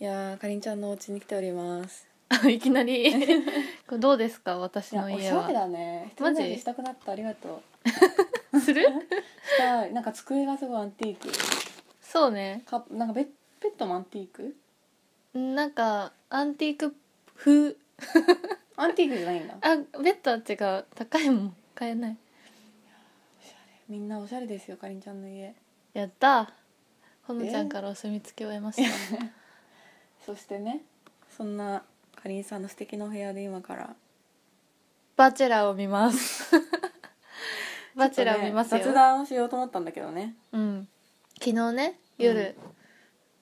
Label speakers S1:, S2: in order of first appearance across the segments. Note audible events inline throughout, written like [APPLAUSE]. S1: いやーかりんちゃんのお家に来ております [LAUGHS]
S2: あいきなり [LAUGHS] これどうですか私
S1: いや
S2: の
S1: おし
S2: 家
S1: ゃれ
S2: は
S1: だね
S2: マ
S1: マ
S2: ジ
S1: ジしたくなったありがと [LAUGHS]
S2: する
S1: うしたいなんか机がすごいアンティーク
S2: そうね
S1: かなんかベッベッドもアンティーク
S2: なんかアンティーク風
S1: アンティークじゃないんだ
S2: あベッドは違う高いもん買えない
S1: みんなおしゃれですよかりんちゃんの家 [LAUGHS]
S2: やったほのちゃんからお墨付きを得ました、
S1: [LAUGHS] そしてねそんなかりんさんの素敵なお部屋で今から
S2: バチェラーを見ます
S1: [LAUGHS]
S2: バチェラーを見ますよ、
S1: ちょっとね雑談をしようと思ったんだけどね
S2: うん昨日ね夜、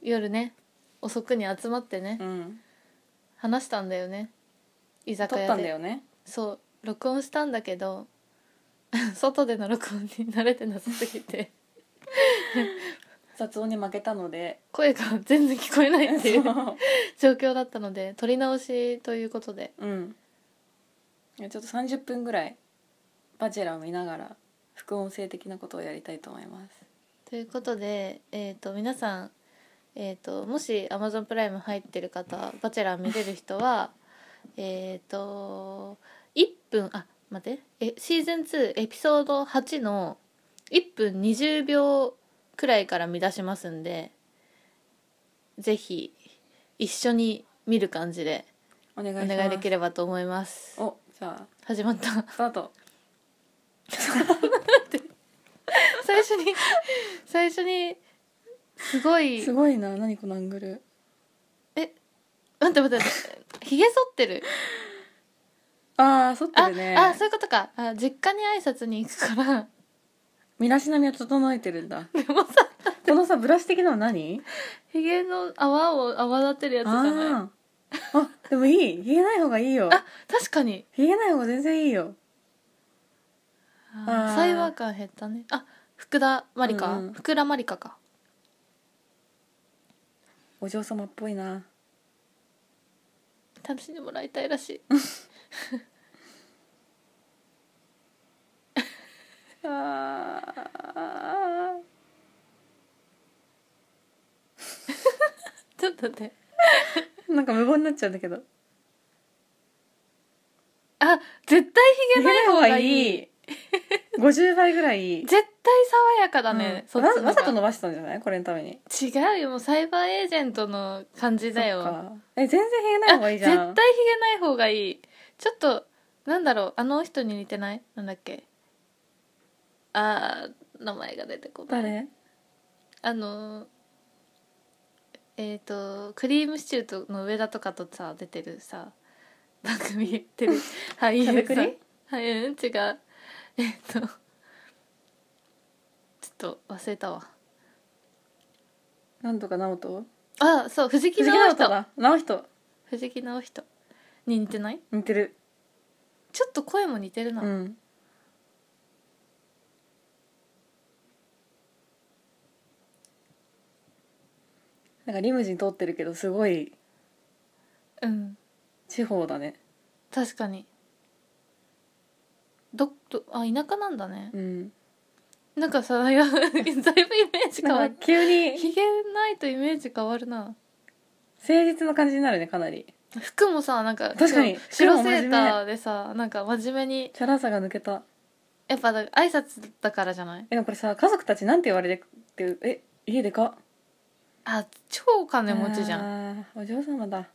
S2: 夜ね遅くに集まってね、
S1: うん
S2: 話したんだよね居酒
S1: 撮っ
S2: 屋で
S1: たんだよね
S2: そう録音したんだけど [LAUGHS] 外での録音に慣れてなさすぎて
S1: 雑音に負けたの
S2: [LAUGHS]
S1: で
S2: 声が全然聞こえないっていう
S1: そう
S2: 状況だったので撮り直しということで
S1: うんいやちょっと30分ぐらい「バチェラー」を見ながら副音声的なことをやりたいと思います
S2: ということで、えー、と皆さん、えー、ともし Amazon プライム入ってる方「バチェラー」見れる人は [LAUGHS] えっと1分あ待ってえシーズン2エピソード8の1分20秒くらいから見出しますんでぜひ一緒に見る感じで
S1: お願いし
S2: お
S1: ます
S2: 願いできればと思います
S1: おじゃあ
S2: 始まった [LAUGHS]
S1: スタート
S2: 最初に最初にすごい
S1: すごいな何このアングル
S2: 待って待って待ってひげ剃ってる
S1: ああそって
S2: あ、
S1: るね
S2: あそういうことかあ実家に挨拶に行くから [LAUGHS]
S1: 身だしなみは整えてるんだ
S2: でもさ
S1: このさブラシ的なの何
S2: ひげの泡を泡立てるやつじゃない
S1: あーあでもいい冷えない方がいいよ
S2: あ確かに
S1: 冷えない方が全然いいよ
S2: あ
S1: あー
S2: サイバー感減ったねあ福田まりか、
S1: うんうん
S2: 福田まりかか
S1: お嬢様っぽいな
S2: 楽しんでもらいたいらしい
S1: あー
S2: ちょっと待って
S1: なんか無言になっちゃうんだけど
S2: あ絶対ひげない方がいい
S1: [LAUGHS] 50倍ぐらいいい
S2: 絶対爽やかだね、
S1: う
S2: そ
S1: ん
S2: っち
S1: わ
S2: の方が
S1: わざと伸ばしたんじゃないこれのために
S2: 違うよもうサイバーエージェントの感じだよ
S1: そっかえ全然冷えない
S2: あ
S1: 方がいい
S2: 絶
S1: じ
S2: 対ひ
S1: ゃ
S2: げ
S1: ん
S2: ない方がいいちょっとなんだろうあの人に似てないなんだっけあー名前が出てこない
S1: 誰
S2: あのーえっ、とクリームシチューとの上田とかとさ出てるさ番組テレビ俳優さ
S1: [LAUGHS] 食
S2: ん
S1: べくり
S2: はいうん違うえっ、とちょっと忘れたわ
S1: なんとか直人
S2: あそう藤木
S1: 藤木
S2: 直
S1: 直
S2: 人
S1: 人だ直人
S2: 藤木直人に似てない
S1: 似てる
S2: ちょっと声も似てるな、
S1: うんなんかリムジン通ってるけどすごい
S2: うん
S1: 地方だね
S2: 確かにどどあ田舎なんだね
S1: うん
S2: なんかさい [LAUGHS] やだいぶイメージ変わ
S1: な
S2: っ
S1: んか急に
S2: ひげないとイメージ変わるな
S1: 誠実な感じになるねかなり
S2: 服もさなんか
S1: 確かに
S2: 白
S1: 服
S2: 白
S1: も真
S2: セ
S1: 面目
S2: ーターでさなんか真面目に
S1: チャラさが抜けた
S2: やっぱだ挨拶だからじゃない
S1: えでもこれさ家族たちなんて言われてるえ家でか
S2: あ超金持ちじゃん
S1: んお嬢様だ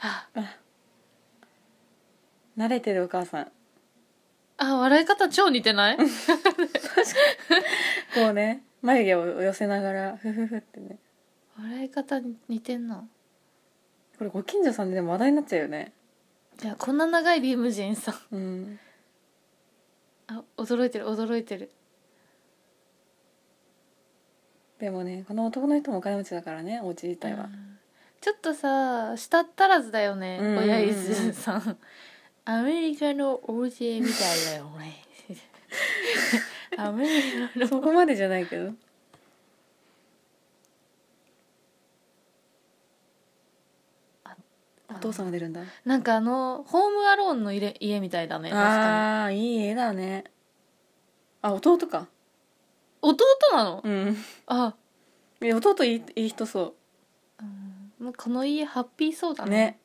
S2: あ
S1: 慣れてるお母さん
S2: あ笑い方超似てない
S1: こうね眉毛を寄せながらふふふってね
S2: 笑い方に似てんな
S1: これご近所さんででも話題になっちゃうよね
S2: いやこんな長いリムジンさ
S1: うん
S2: あ驚いてる驚いてる
S1: でもねこの男の人もお金持ちだからねお家自体は、
S2: うんちょっとさ舌足らずだよね、
S1: うんうんうん
S2: 親伊豆さんアメリカの王子みたいだよ
S1: [LAUGHS]
S2: ねアメリカの
S1: そこまでじゃないけどお父さんが出るんだ
S2: なんかあのホームアローンの家家みたいだね確かに
S1: ああいい絵だねあ弟か
S2: 弟なの、
S1: うん
S2: あ
S1: え弟いいいい人そ
S2: もうこの家ハッピーそうだ
S1: うね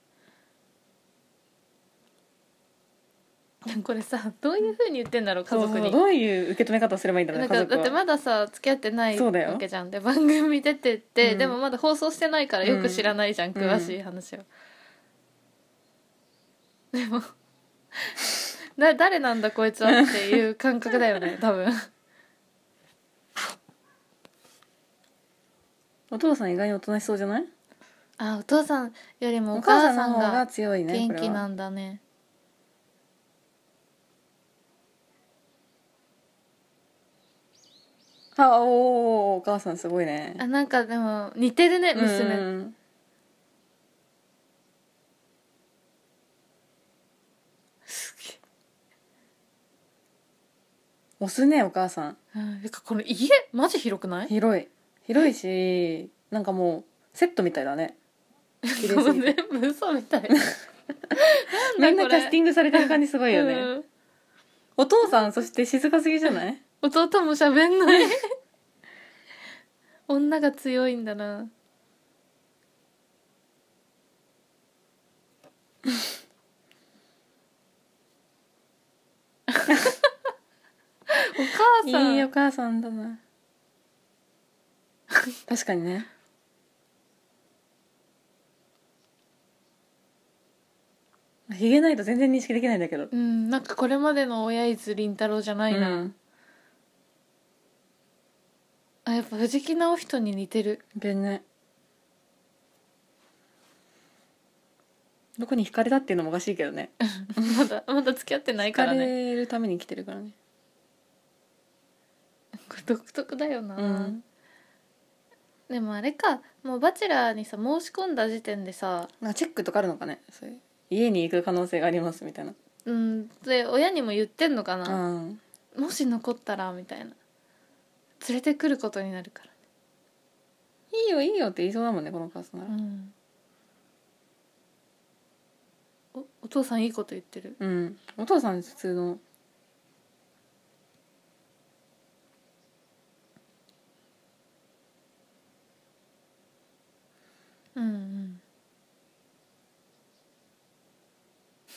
S2: でもこれさどういうふうに言ってんだろう家
S1: そう
S2: 族
S1: そう
S2: に
S1: どういう受け止め方をすればいいんだろうね
S2: なんか
S1: 家
S2: だって
S1: 族は
S2: まださ付き合ってない
S1: そうだよ
S2: わけじゃんで番組出てって、
S1: うん
S2: でもまだ放送してないからよく知らないじゃ
S1: う
S2: ん、
S1: ん
S2: 詳しい話を、でも [LAUGHS] な誰なんだこいつはっていう感覚だ
S1: [LAUGHS]
S2: よね多分
S1: お父さん意外におとなしそうじゃない
S2: あお父さんよりも
S1: お
S2: お
S1: 母
S2: 母
S1: さ
S2: さ
S1: んの
S2: ん
S1: 方が
S2: が
S1: 強いね
S2: 元
S1: これ
S2: 気な
S1: は
S2: んだね
S1: あおーお母さんすごいね
S2: あなんかでも似てるね娘、
S1: うん押すねお母さん
S2: うん、てかこの家マジ広くない
S1: 広い広いしなんかもうセットみたいだね綺麗
S2: も
S1: す
S2: う
S1: ぎ
S2: 全
S1: て
S2: 部嘘みたい
S1: み
S2: なんんだ
S1: な
S2: こ
S1: キ
S2: れ
S1: ャスティングされてる感じすごいよね、
S2: うん
S1: お父さんそして静かすぎじゃない
S2: 弟も喋んない [LAUGHS] 女が強いんだ [LAUGHS] なお
S1: い
S2: 母さん
S1: いお母さんだな [LAUGHS] 確かにねひげないと全然認識できないんだけど
S2: うんなんかこれまでの親伊豆倫太郎じゃないな、
S1: うん
S2: あやっぱ藤木直人に似てる
S1: 全然どこに惹かれたっていうのもおかしいけどね
S2: [LAUGHS] まだまだ付き合ってない
S1: 惹
S2: か
S1: から
S2: ね
S1: れるために来てるからね
S2: これ独特だよな、
S1: うん
S2: でもあれかもう「バチェラー」にさ申し込んだ時点でさ
S1: なんかチェックとかあるのかねそういう家に行く可能性がありますみたいな
S2: うんで親にも言ってんのかな、
S1: うん
S2: もし残ったらみたいな連れてくることになるから、
S1: いいよいいよって言いそうだもんねこのお母さんなら
S2: ん、おお父さんいいこと言ってる
S1: うんお父さん普通の
S2: うん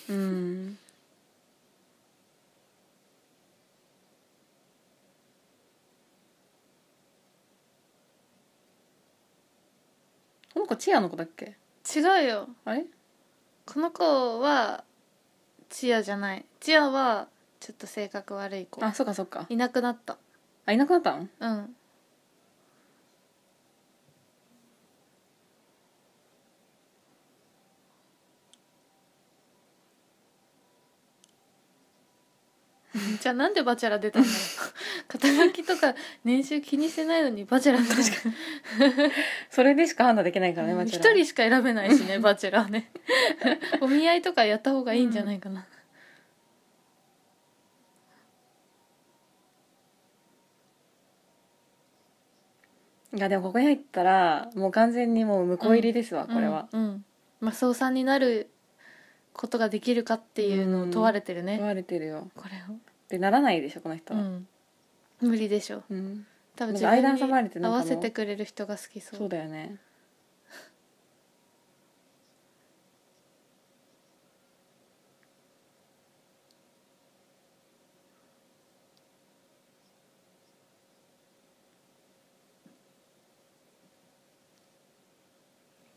S2: う
S1: う
S2: ん
S1: んこの子チアの子だっけ
S2: 違うよ
S1: あれ
S2: この子はチアじゃないチアはちょっと性格悪い子
S1: あそっかそっか
S2: いなくなった
S1: あいなくなったの
S2: うん [LAUGHS] じゃあなんでバチェラ出たんだろう [LAUGHS] 肩書きとか年収気にしてないのにバチェラ確か
S1: それでしか判断できないからね
S2: に
S1: マチ
S2: 一
S1: ェラ
S2: 人しか選べな
S1: [LAUGHS]
S2: いしねバチェラねお見合いとかやった方がいいんじゃないかな、
S1: いやでもここに入ったらもう完全にもう向こう入りですわ、これは、
S2: うん、うんまあ総さんになることができるかっていうのを問われてるね、
S1: 言われてるよ
S2: これを
S1: でならないでしょこの人
S2: う
S1: は
S2: ん、無理でしょ
S1: うん、
S2: 多
S1: なん
S2: 分自
S1: か
S2: 分
S1: 間挟まれて
S2: に
S1: な
S2: 合
S1: んかもう
S2: わせてくれる人が好きそう
S1: そうだよね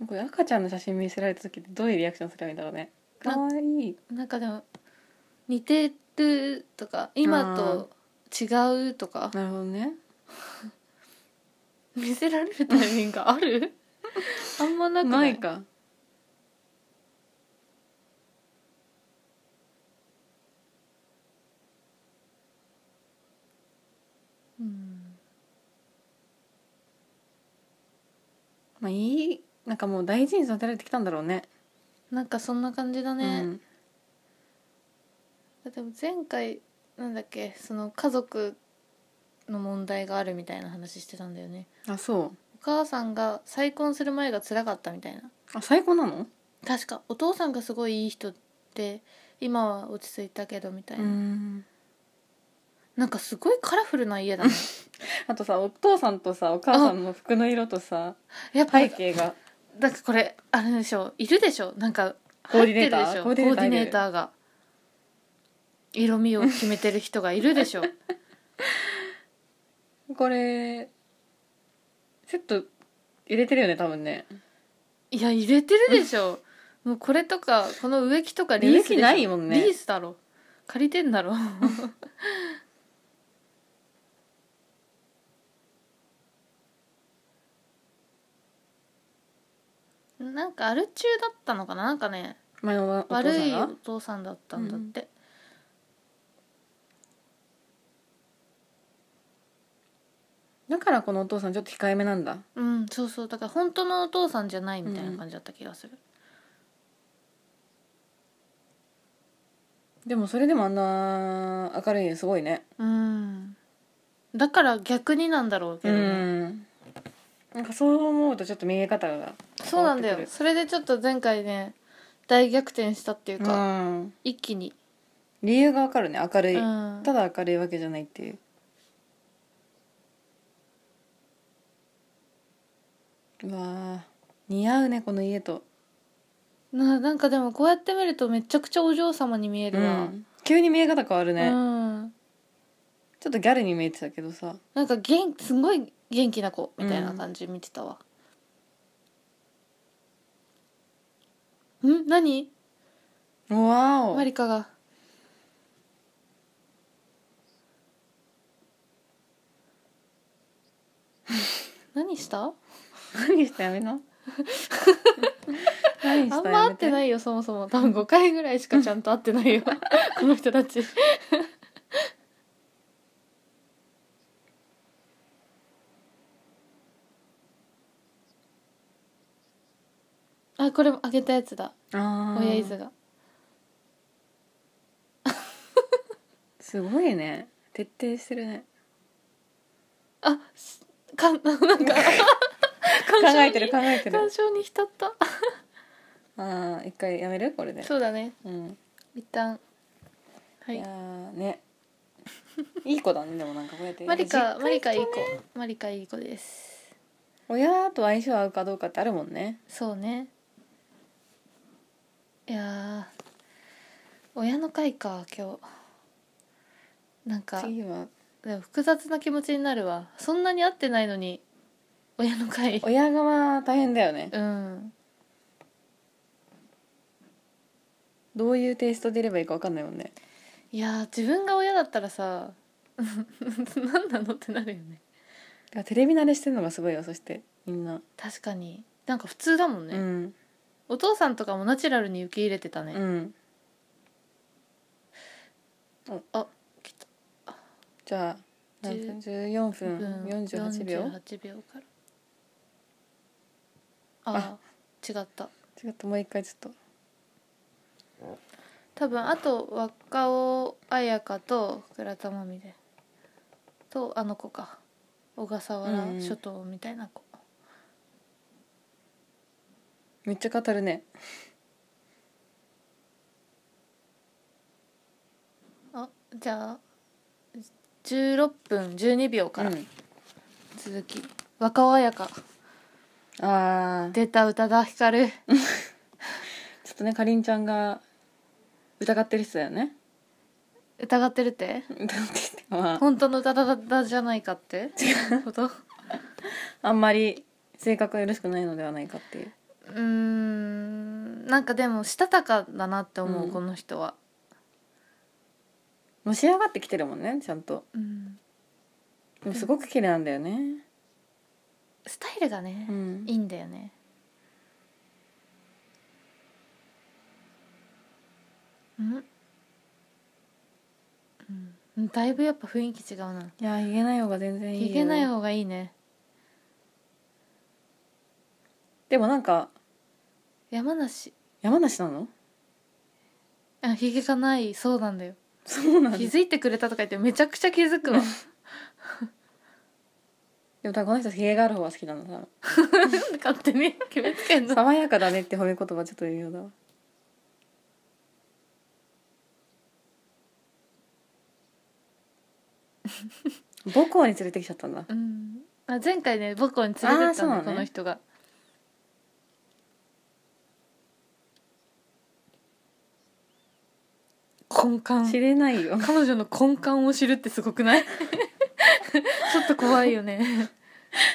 S1: これ赤ちゃんの写真見せられた時ってどういうリアクションすればいいんだろうね
S2: な
S1: かわいい
S2: なんかでも似てるとか今と違うとか
S1: なるほどね
S2: 見せられるタイミングあ
S1: [LAUGHS]
S2: るあんまなく
S1: な
S2: ない
S1: いか
S2: うん
S1: まあいいなんかもう大事に育てられてきたんだろうね
S2: なんかそんな感じだね、
S1: うん
S2: でも前回なんだっけその家族の問題があるみたいな話してたんだよね
S1: あそう
S2: お母さんが再婚する前が辛かったみたいな
S1: あ最高なの
S2: 確かお父さんがすごいいい人って今は落ち着いたけどみたいな、
S1: ん
S2: なんかすごいカラフルな家だね
S1: あとさお父さんとさお母さんの服の色とさ
S2: やっぱ
S1: 背
S2: り
S1: 景が
S2: だってこれあれでしょいるでしょなんか
S1: コーディネーター
S2: 入ってるでし
S1: コ
S2: ょコ
S1: ー
S2: ー
S1: ディネーター
S2: ディネーターが色味を決めてる人がいる
S1: [LAUGHS]
S2: でしょ
S1: これセット入れてるよね多分ね
S2: いや入れてるでしょもうこれとかこの植木とかリースでし
S1: 利益
S2: ょ
S1: ないもんね
S2: リースだろ借りてん
S1: [LAUGHS]
S2: だろなんかアル中だったのかななんかね
S1: 前のお父さんが
S2: 悪いお父さんだったんだって、
S1: だからこのお父さんちょっと控えめなんだ
S2: うんそうそうだから本当のお父さんじゃないみたいな感じだった気がする、
S1: でもそれでもあんな明るいねすごいね
S2: うんだから逆になんだろうけ
S1: う
S2: どね、
S1: んなんかそう思うとちょっと見え方が
S2: そうなんだ
S1: 変わって
S2: よ
S1: く
S2: それでちょっと前回ね大逆転したっていう
S1: る
S2: か、
S1: うん
S2: 一気に、
S1: 理由がわかるね明る
S2: う
S1: い、
S2: ん、
S1: ただ明るいわけじゃないっていううわー似合うねこの家と、
S2: ななんかでもこうやって見るとめちゃくちゃお嬢様に見え
S1: う
S2: るわ、
S1: ん、急に見え方変わる
S2: うん
S1: ね、ちょっとギャルに見えてたけどさ
S2: なんか元すごい元気な子みたいな感じ見てたわ、ん何
S1: うわお
S2: マリカ
S1: [LAUGHS]
S2: が何した
S1: 何したやめ
S2: [LAUGHS]
S1: な何
S2: あ
S1: し
S2: ん
S1: た
S2: ま
S1: や
S2: 会
S1: め
S2: ってないよそもそも多分5回ぐらいしかちゃんと会ってない
S1: [LAUGHS]
S2: よこの人たち [LAUGHS] あこれもあげたやつだ
S1: あー
S2: 親伊豆が
S1: すごいね徹底してるね
S2: あすかなん
S1: [LAUGHS]
S2: か
S1: 考
S2: 鑑賞
S1: え
S2: に
S1: てる考えてる
S2: 鑑賞に浸った
S1: ああ一回やめるこれで
S2: そうだね
S1: うん
S2: 一旦はいい
S1: やーね [LAUGHS] いい子だねでもなんかこうやって
S2: マリ
S1: 実家
S2: カマリカい
S1: 行
S2: い
S1: くとね
S2: 子マリカいい子です
S1: 親と相性合うかどうかってあるもんね
S2: そうねいやー親の会か今日なんか
S1: 次は
S2: でも複雑な気持ちになるわそんなに会ってないのに親の会
S1: 親側大変だよね
S2: うん
S1: どういうテイストでいればいいか分かんないもんね
S2: いやー自分が親だったらさ [LAUGHS] 何なのってなるよね
S1: だからテレビ慣れしてるのがすごいよそしてみんな、
S2: 確かになんか普通だもんね、
S1: うん
S2: お父さんとかもナチュラルに受け入れてたね、
S1: うん
S2: あ来
S1: じゃあ何分14分48秒
S2: 48秒からああ違った
S1: 違ったもう一回ちょっ
S2: 多分あと若尾彩香と倉田真美でとあの子か小笠原諸島みたいな子、
S1: とめっちゃ語るね
S2: あじゃあ16分12秒から、
S1: うん
S2: 続き若尾彩香
S1: ああ
S2: 出た宇多田ヒカル
S1: ちょっとねかりんちゃんが疑ってる人だよね
S2: 疑ってるって
S1: 疑ってるっていうかまあ
S2: 本当の宇多田じゃないかってこと
S1: あんまり性格がよろしくないのではないかっていう
S2: うーんなんかでもしたたかだなって思う、
S1: うん
S2: この人は、
S1: のし上がってきてるもんねちゃんと
S2: うん、
S1: でもすごく綺麗なんだよね
S2: スタイルがね
S1: う、ん
S2: いいんだよねうん、うん、だいぶやっぱ雰囲気違うない
S1: やひげない方が全然いい
S2: ひげない方がいいね
S1: でもなんか
S2: 山梨
S1: 山梨なの
S2: あひげがないそうなんだよ
S1: そうなんだ
S2: 気
S1: で
S2: づいてくれたとか言ってめちゃくちゃ気づくわ
S1: も多分この人ひげがある方が好きなの多
S2: [LAUGHS] 勝手に決めつけん
S1: 分
S2: の
S1: 爽やかだねって褒め言葉ちょっと言うようだ
S2: [LAUGHS]
S1: わ母校に連れてきちゃったんだ
S2: うん、あ前回ね母校に連れて
S1: あー
S2: っ
S1: そ
S2: た
S1: う
S2: の、
S1: なのね
S2: この人が根
S1: 知
S2: 幹
S1: れないよ [LAUGHS]
S2: 彼女の根幹を知るってすごく [LAUGHS] ないちょっと怖いよね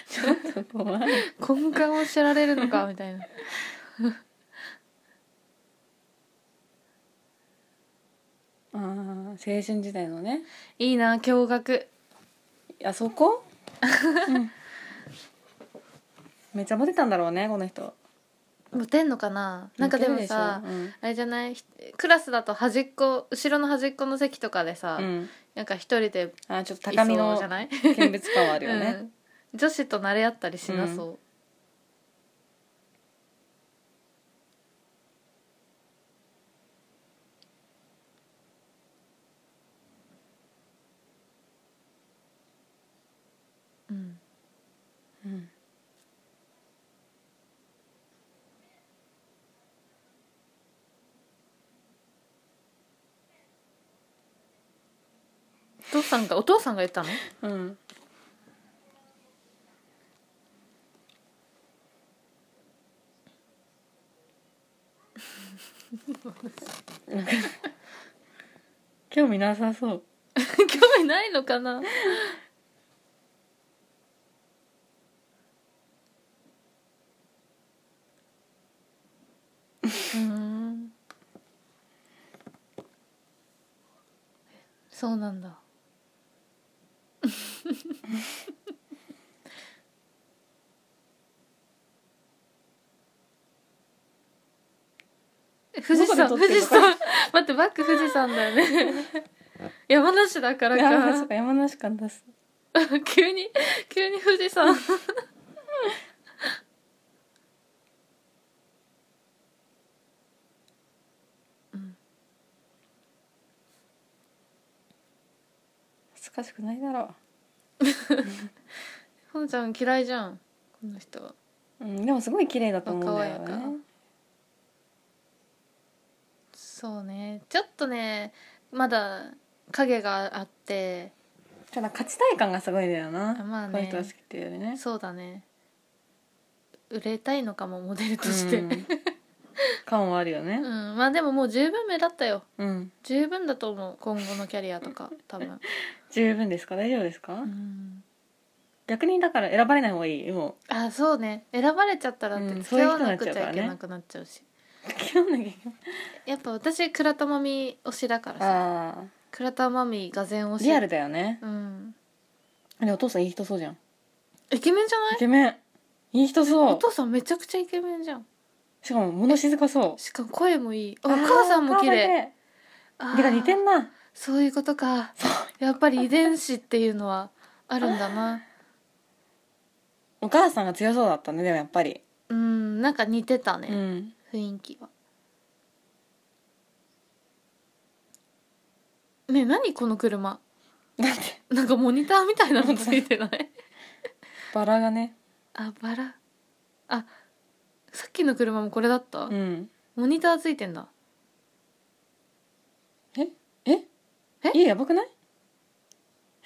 S1: ちょっと怖い
S2: 根幹を知られるのかみたいな
S1: あー青春時代のね
S2: いいな驚愕
S1: あそこ、うんめっちゃモテたんだろうねこの人
S2: モテんのかななんかでもさ
S1: モテるでし
S2: あれじゃないひクラスだと端っこ後ろの端っこの席とかでさ、
S1: ょうんうん
S2: なんか一人で
S1: あーちょっと
S2: い
S1: 高み
S2: そう
S1: の
S2: じゃない
S1: 見物感はあるよね、
S2: うん、女子と慣れ合ったりしなそう、うん
S1: うん
S2: お父さんがお父さんが言ったの
S1: うんなんか興味なさそう
S2: 興味ないのかなうんそうなん [LAUGHS] だ富士山
S1: どこ
S2: 富
S1: で撮ってんの
S2: 士山待ってバック富士山だよ [LAUGHS] ね山梨だか
S1: [LAUGHS]
S2: らか
S1: 山梨か山梨感出す
S2: [LAUGHS] 急に急に富士山
S1: 恥ずかしくないだろ
S2: [LAUGHS] ほのちゃん嫌いじゃんこの人は
S1: う、うん、でもすごい綺麗だと思うんだよ
S2: 若々
S1: ね
S2: そうねちょっとねまだ影があって
S1: ただ勝ちたい感がすごいんだよな、
S2: あまあね
S1: この人が好きっていうよりね
S2: そうだね売れたいのかもモデルとして
S1: う
S2: うん、
S1: ん感はあるよね
S2: まあで [LAUGHS] ももう十分目立ったよ
S1: うん
S2: 十分だと思う今後のキャリアとか多分、
S1: 十分ですか大丈夫ですか、
S2: うん、
S1: 逆にだから選ばれない方がいい
S2: [LAUGHS]
S1: も
S2: あそうね選ばれちゃったらだっ
S1: う
S2: て
S1: ん
S2: 付き合わなくちゃいけなくなっちゃうし、
S1: う付き合わなきゃいけない
S2: やっぱ私倉田真美推しだからさ
S1: ああ
S2: 倉田真美がぜ推し
S1: リアルだよね
S2: うん
S1: でお父さんいい人そうじゃん
S2: イケメンじゃな
S1: イ
S2: い
S1: ケメンいい人そ
S2: お
S1: う
S2: 父さんめちゃくちゃイケメンじゃん
S1: しかも物静かそう
S2: しかも声もいいあ
S1: お
S2: お母さんも綺麗あー
S1: てか似てんな
S2: そういうことかやっぱり遺伝子っていうのはあるんだな
S1: お母さんが強そうだったねでもやっぱり
S2: うんなんか似てたね、
S1: うん
S2: 雰囲気はねえ何この車
S1: だって
S2: なんかモニターみたいなのついてない
S1: [LAUGHS] バラがね
S2: あバラあさっきの車もこれだった、
S1: うん
S2: モニターついてんだ
S1: ええ
S2: え
S1: 家やばくない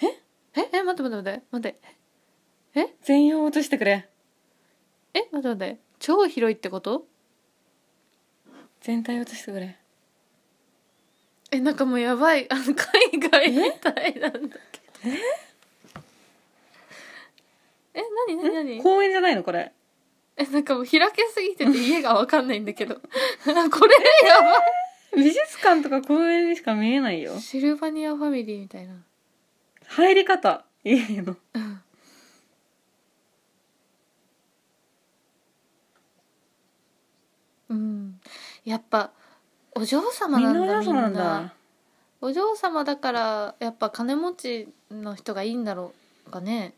S2: ええ待って待って待って
S1: 全容落としてくれ
S2: 待ってえ待って待って超広いってこと
S1: 全体落としてくれ
S2: えなんかもうやばいあの海外みたいなんだけどえ何何
S1: [LAUGHS]
S2: 何
S1: 公園じゃないのこれ
S2: えなんかもう開けすぎてて家がわかんないんだ
S1: [LAUGHS]
S2: けどあこれやば
S1: 美術館とか公園にしか見えないよ
S2: いシルバニアファミリーみたいな
S1: 入り方家の
S2: うんうんやっぱお嬢様
S1: み
S2: なんんだ
S1: な
S2: み
S1: お嬢
S2: んな
S1: 様なんだ
S2: お嬢様だからやっぱ金持ちの人がいいんだろうかね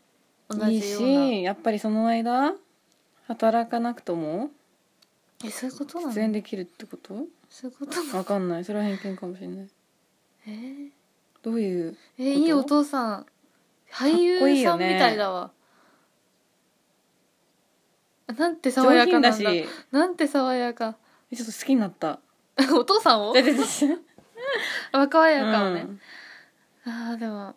S2: 同
S1: いい
S2: じようない
S1: しやっぱりその間働かなくとも
S2: えそういうことなの
S1: 出演できるってこと
S2: そういうことなの
S1: わかんないそれは偏見かもしれない
S2: えー
S1: どういう
S2: えいいお父さん俳優さんみたいだわなんて爽
S1: 上
S2: や
S1: 品
S2: か
S1: だ
S2: なん
S1: し
S2: だ
S1: え
S2: なんて爽やか [LAUGHS]
S1: ちょっと好きになった
S2: お父さんを
S1: じゃじゃじゃ
S2: 若
S1: う
S2: やかをね、
S1: ん
S2: ああでも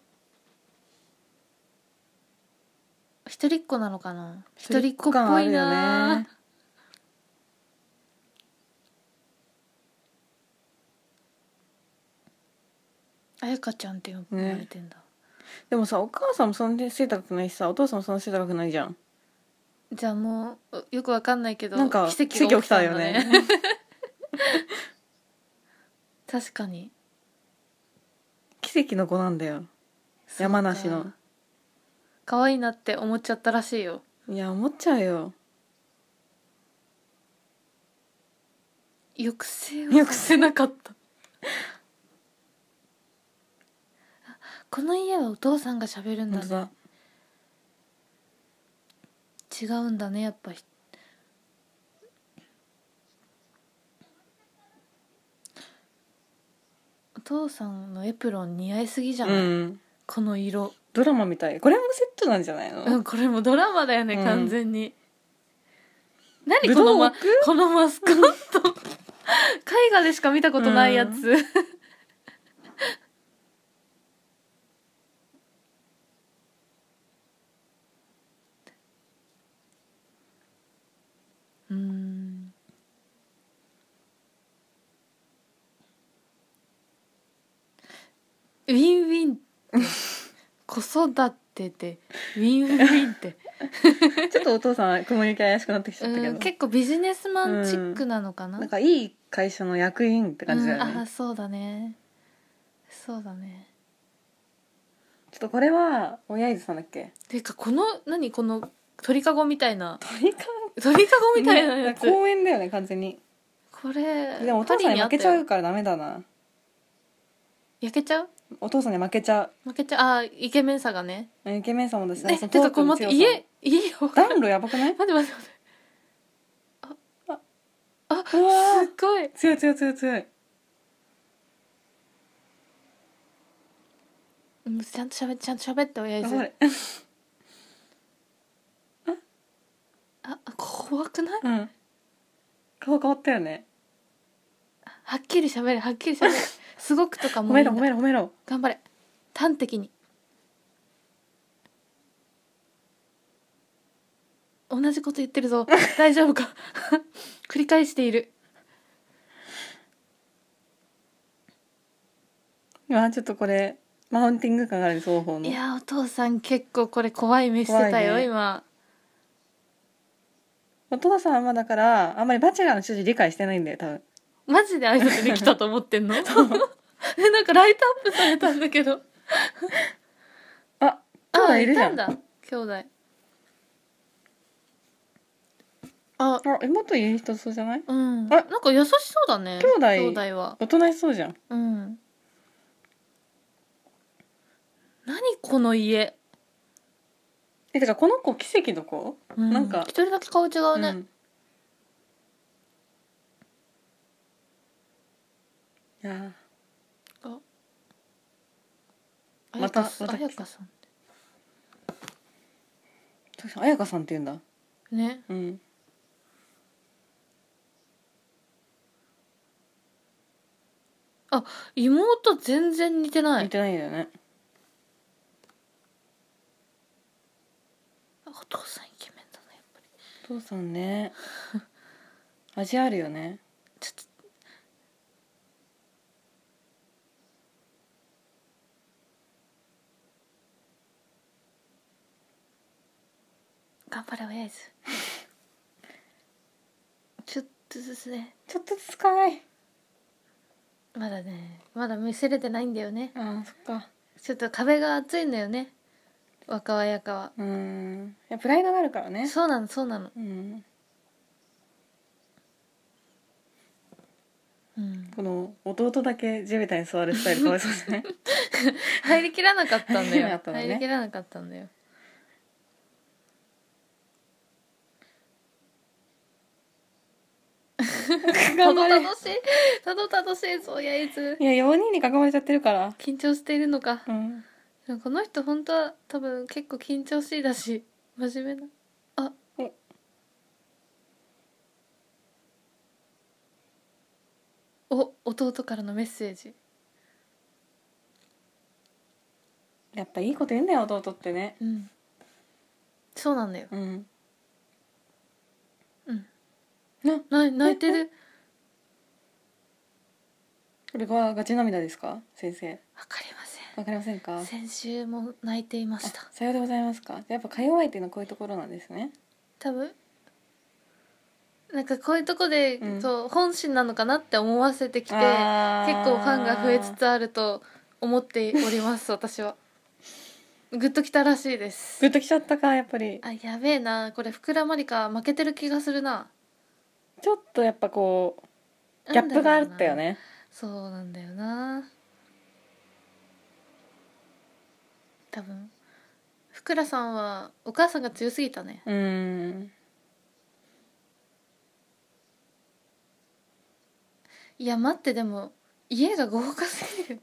S2: 一人っ子なのかな
S1: 一
S2: 一人
S1: 人
S2: っ
S1: っ
S2: 子
S1: 子
S2: っ
S1: 感
S2: ぽ
S1: あ
S2: い
S1: るよね
S2: なあやかちゃんって呼ばれてんだ、
S1: でもさお母さんもそんな背高くないしさお父さんもそんな背高くないじゃん
S2: じゃあもうよくわかんないけど
S1: なんか
S2: 奇
S1: 奇
S2: 跡
S1: 跡起
S2: が起
S1: き
S2: き
S1: た
S2: た
S1: よ
S2: よ
S1: ね
S2: ね [LAUGHS] 確かに
S1: 奇跡の子なんだよ山梨の
S2: そうか可愛いなって思っちゃったらしいよ
S1: いや思っちゃうよ
S2: 抑制を
S1: 抑制
S2: させなかったあこの家はお父さんが喋るん
S1: 本
S2: だ
S1: 当
S2: ね
S1: だ
S2: 違うんだねやっぱひお父さんのエプロン似合いすぎじゃ
S1: う
S2: ない、
S1: ん
S2: この色
S1: ドラマみたいこれもセットなんじゃないの、
S2: [LAUGHS] うんこれもドラマだよね、
S1: うん
S2: 完全に何
S1: 武
S2: こ
S1: 道
S2: の、ま
S1: 具、
S2: このマスコット絵画でしか見たことないやつ、うーんウィンウィンって子育てでウィンウィンって
S1: ちょっとお父さん雲行き怪しくなってきちゃったけ
S2: う
S1: ど
S2: ん、結構ビジネスマンチックなのかな,、
S1: なんかいい会社の役員って感じだよね、
S2: うんあそうだねそうだね
S1: ちょっとこれは親伊豆さんだっけ
S2: ていうかこの何この鳥かごみたいな [LAUGHS]
S1: 鳥か
S2: 鳥かごみたいなやつ、
S1: 公園だよね完全に
S2: これ
S1: でもお父さん
S2: パリ
S1: に
S2: あっ
S1: 負
S2: た
S1: け
S2: よ
S1: ちゃうからダメだな
S2: 焼けちゃう
S1: お父さんに負けちゃ
S2: 負けちゃうあイケメンさがね
S1: うイケメンさもだし
S2: え
S1: その
S2: てか
S1: ト
S2: こ
S1: ーク
S2: う
S1: の
S2: 待っ
S1: 強
S2: て
S1: さ
S2: 家家を [LAUGHS] 待
S1: 暖炉やばくない
S2: って待って待って
S1: うわ
S2: すっごい
S1: ー強い強い強い強い
S2: うんちゃんと喋ってちゃんと喋って親
S1: 頑張れ
S2: 父ああ怖くない
S1: うん顔変わったよね
S2: はっきり喋れはっきり喋れすごくとか
S1: 褒
S2: もう
S1: め
S2: いいん
S1: ろ
S2: だ
S1: 褒めろ褒めろ
S2: 頑張れ端的に同じこと言ってる
S1: [LAUGHS]
S2: ぞ大丈夫か [LAUGHS] 繰り返している
S1: 今ちょっとこれマウンティング感がある双方の
S2: いやーお父さん結構これ怖い目してたよ、
S1: 怖いね
S2: 今
S1: お父さんはだからあんまりバチェラーの趣旨理解してないんだよ多分
S2: マジで挨拶できたと思ってんの [LAUGHS] えなんかライトアップされたんだけど
S1: あ [LAUGHS] 兄弟いるじゃ
S2: あ
S1: ん
S2: たんだ兄弟あ
S1: あ妹いい人そうじゃない
S2: うん
S1: あ
S2: なんか優しそうだね
S1: 兄弟
S2: 兄弟は
S1: おとなしそうじゃん
S2: うん何この家、
S1: えてかこの子奇跡の子
S2: う
S1: なんか
S2: 一人だけ顔違うね、
S1: うんいやー
S2: あや
S1: ま
S2: か
S1: た
S2: あ
S1: また
S2: やかさん
S1: 確かに彩香さんって言うんだ
S2: ね
S1: うん
S2: 妹全然似てない
S1: 似てないんだよね
S2: お父さんイケメンだなやっぱり
S1: お父さんね味あるよね
S2: ちょっと頑張れ親父 [LAUGHS] ちょっとずつね
S1: ちょっとずつかい
S2: まだねまだ見せれてないんだよね
S1: あーそっか
S2: ちょっと壁が厚いんだよね若はやかは
S1: うーんいやプライドがあるからね
S2: そうなのそうなの
S1: うん
S2: うん
S1: この弟だけ地べたに座るスタイルかわいそうじゃない
S2: [LAUGHS] 入りきらなかったんだ
S1: 入りきら
S2: よ
S1: なかったのね
S2: [LAUGHS] 入りきらなかったんだよた
S1: 頑
S2: ど
S1: 張
S2: た
S1: れ
S2: どしいたどたどしいぞやいず
S1: いや4人に囲まれちゃってるから
S2: 緊張しているのか
S1: うん
S2: でもこの人本当は多分結構緊張しいだし真面目なあ
S1: お
S2: お弟からのメッセージ
S1: やっぱいいこと言うんだよ弟ってね
S2: うんそうなんだよ
S1: うん
S2: うん
S1: な
S2: な泣いてる
S1: これはガチ涙ですか先生
S2: わかりません
S1: わかりませんか
S2: 先週も泣いていました
S1: さようでございますかやっぱか弱いっていうのはこういうところなんですね
S2: 多分なんかこういうとこで、
S1: うん
S2: そう本心なのかなって思わせてきて結
S1: あー
S2: 構ファンが増えつつあると思っております私はグッときたらしいです
S1: グッときちゃったかやっぱり
S2: あやべえなこれ膨らまりか負けてる気がするな
S1: ちょっとやっぱこうギ
S2: な
S1: ャッ
S2: んだ
S1: プ
S2: ろう
S1: が
S2: な
S1: あったよね
S2: そうなんだよな多分ふくらさんはお母さんが強すぎたね
S1: うん
S2: いや待ってでも家が豪華すぎる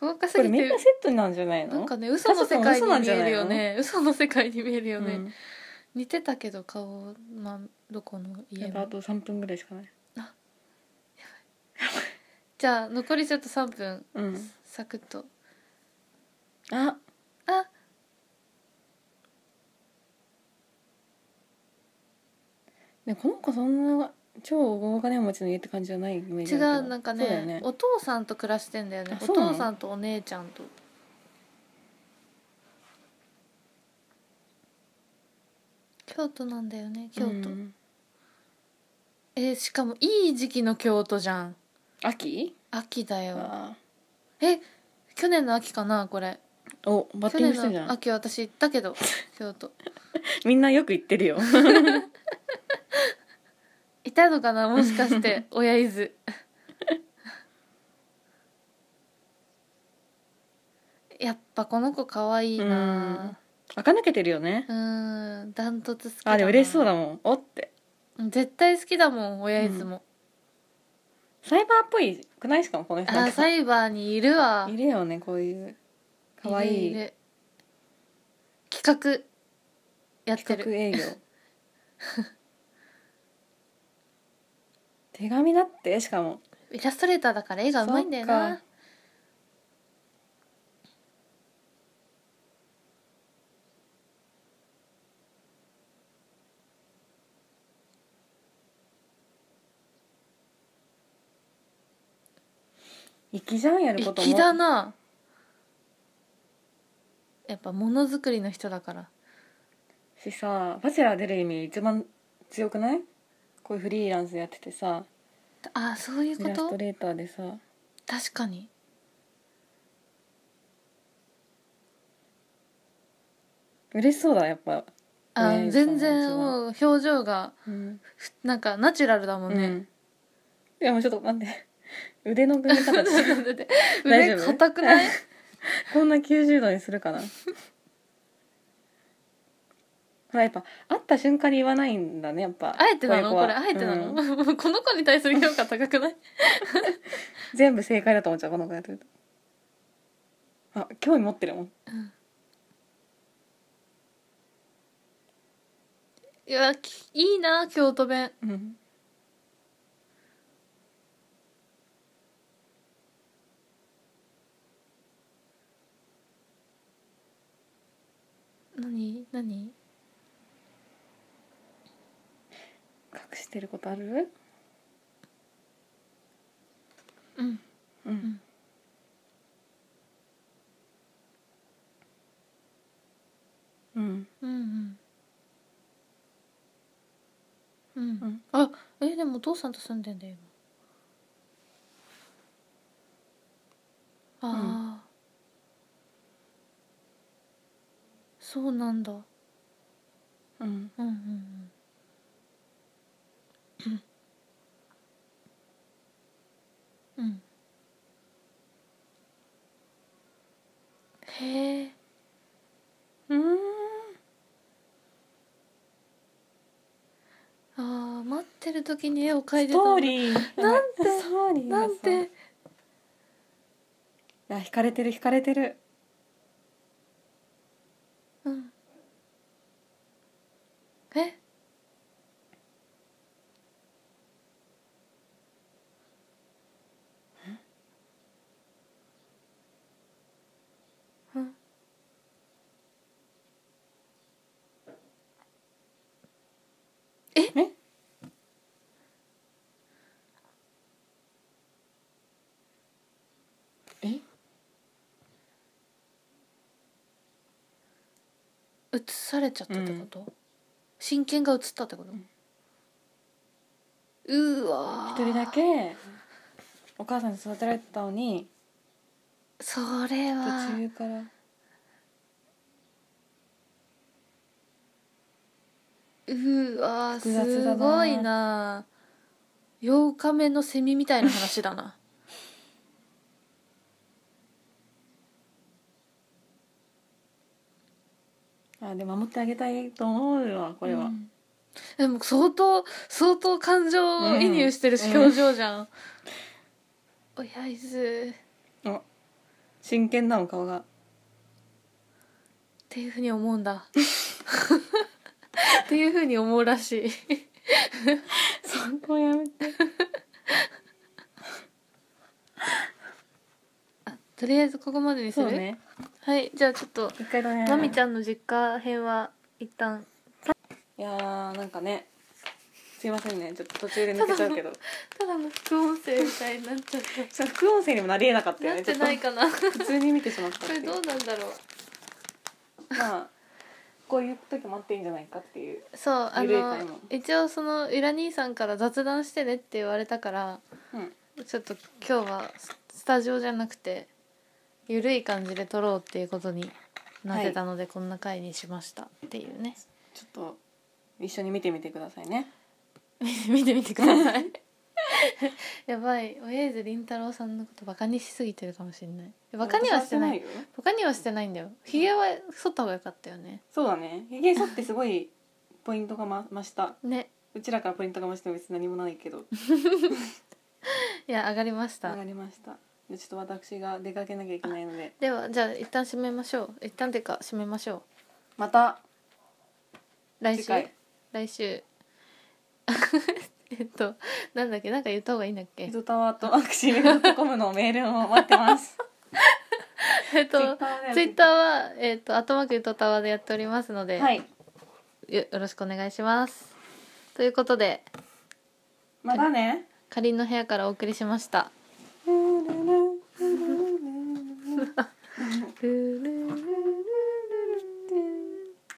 S2: 豪華す
S1: こ
S2: ぎ
S1: れ
S2: て
S1: みんなセットなんじゃないの
S2: なんかね嘘の世界に見えるよね嘘の世界に見えるよ
S1: う
S2: ね、
S1: ん
S2: 似てたけど顔まあどこの家
S1: やっぱあ
S2: の
S1: と3分ぐらいしかない
S2: じゃあ残りちょっと3分
S1: うん
S2: サクッと
S1: あ
S2: あ
S1: ねこの子そんな超大金持ちの家って感じじゃないイメー
S2: 違
S1: ジ
S2: う
S1: だけど
S2: なんか
S1: そうだ
S2: ね
S1: よね
S2: お父さんと暮らしてんだよ
S1: あ
S2: ねお
S1: そうなの
S2: 父さんとお姉ちゃんと京都なんだよね京都、
S1: うん
S2: えーしかもいい時期の京都じゃん
S1: 秋
S2: 秋だよ
S1: あ
S2: え去年の秋かなこれ
S1: ーおバッ
S2: 去
S1: ティン
S2: 年
S1: グしてるじゃ
S2: の
S1: ん
S2: 秋私行ったけ
S1: [LAUGHS]
S2: ど京都
S1: みんなよく言ってるよ [LAUGHS]
S2: いたのかなもしかして
S1: [LAUGHS]
S2: 親伊豆 [LAUGHS] やっぱこの子可愛いな
S1: 垢抜けてるよね
S2: うーんダントツ好き
S1: あでも嬉しそう
S2: だ
S1: だもんおって
S2: な絶対好きだもん親伊豆も、
S1: サイバーっぽいくないしかもこの人
S2: あーサイバーにいるわ
S1: いるよねこういうかわい
S2: る
S1: い
S2: る企画やって
S1: 企
S2: る
S1: 画営業 [LAUGHS] 手紙だってしかも
S2: イラストレーターだから絵がうまいんだよ
S1: そっ
S2: な
S1: か粋じゃんやることも
S2: 粋だなやっぱものづくりの人だから
S1: しさ「バチェラー」出る意味一番強くないこういうフリーランスやっててさ
S2: あーそういう
S1: イ
S2: こ
S1: ラス
S2: と
S1: トレーターでさ
S2: 確かに
S1: 嬉しそうだやっぱ、
S2: あ
S1: ね
S2: ー
S1: え
S2: 全
S1: そ
S2: 然
S1: の
S2: もう表情が
S1: うん
S2: ふなんかナチュラルだもんね、
S1: いやもうちょっと待って [LAUGHS] 腕の組み方
S2: [LAUGHS]
S1: [LAUGHS]
S2: だって
S1: 大丈
S2: 腕
S1: 夫
S2: 硬く
S1: [LAUGHS]
S2: ない
S1: こんな90度にするかなほらやっぱ会った瞬間に言わないんだねやっぱ
S2: あえてな
S1: こういう子は
S2: のこれあえてなの、
S1: うん
S2: [LAUGHS] この子に対する評価高くない [LAUGHS]
S1: 全部正解だと思っちゃうこの子やってるとあ興味持ってるもん
S2: いやきいいな京都弁
S1: うん
S2: 何何
S1: 隠してることある
S2: うん
S1: うんうん
S2: うんうん
S1: う
S2: う
S1: ん
S2: ん、あえでもお父さんと住んでんだよ今ああ、そうなんだ
S1: うん
S2: うんうんうんうんへえ
S1: うん
S2: あー待ってる時に絵を描い
S1: ス
S2: て
S1: ト
S2: たの
S1: ーリー
S2: なんて
S1: ストーリーがさ
S2: なんて
S1: いや惹かれてる惹かれてる
S2: うんえうん
S1: ええ
S2: 映されちゃったってこと、真剣が映ったってこと、うーわー
S1: 一人だけお母さんに育てられてたのに
S2: それ
S1: 途
S2: は
S1: 中から
S2: うーわー
S1: 複雑
S2: す
S1: だな
S2: ごいな8日目のセミみたいな話だな
S1: あでも守ってあげたいと思う [LAUGHS] わこれは、
S2: うんでも相当相当感情移入してるし
S1: うん
S2: 表情じゃん、おやいず
S1: あ真剣なの顔が
S2: っていうふうに思う
S1: [LAUGHS]
S2: んだっていうふうに思うらしい
S1: そこやめて
S2: とりあえずここまでにす
S1: そ
S2: る
S1: うね
S2: はいじゃあちょっと
S1: 一回だね
S2: まみちゃんの実家編は一旦
S1: いやーなんかねすいませんねちょっと途中で抜けちゃうけど
S2: ただの副音声みたいになっちゃっ
S1: そう副音声にもなりえなかった
S2: た
S1: よ
S2: な
S1: ね
S2: ってない
S1: ち
S2: かなこ
S1: ょっと普通に見てしまったってい
S2: れ
S1: う
S2: どうなんだろう
S1: まあこういう時もあっていいんじゃないかっていう
S2: そうあ
S1: ゆるい回
S2: の
S1: も
S2: 一応そのゆら兄さんから雑談してねって言われたから
S1: うん
S2: ちょっと今日はススタジオじゃなくてゆるい感じで撮ろうっていうことになってたので、こんな回にしましたっていうね
S1: ちょっと一緒に見てみてくださいね
S2: [LAUGHS] 見てみてくださいやばいおやいずりんたろうさんのことバカにしすぎてるかもしれないバカにはしてない
S1: [LAUGHS] 私はしてよ
S2: バカにはしてないんだよひげは剃った方が良かったよね
S1: そうだねひげ剃ってすごいポイントがま増した
S2: ね
S1: うちらからポイントが増しても別に何もないけど
S2: いや上がりました
S1: 上がりましたでちょっと私が出かけなきゃいけないので
S2: ではじゃあ一旦締めましょう一旦てか締めましょう
S1: また
S2: 来
S1: 次
S2: 週
S1: 回
S2: 来週 [LAUGHS] えっとなんだっけなんか言った方がいいんだっ
S1: 「
S2: け
S1: ヒドタワーとアクシールドコム」のメールを待ってます
S2: えっと [LAUGHS] ツイッターはえっと後幕ゆとたわでやっておりますので、
S1: はい
S2: よよろしくお願いしますということで
S1: またね
S2: [LAUGHS] かりんの部屋からお送りしましたルール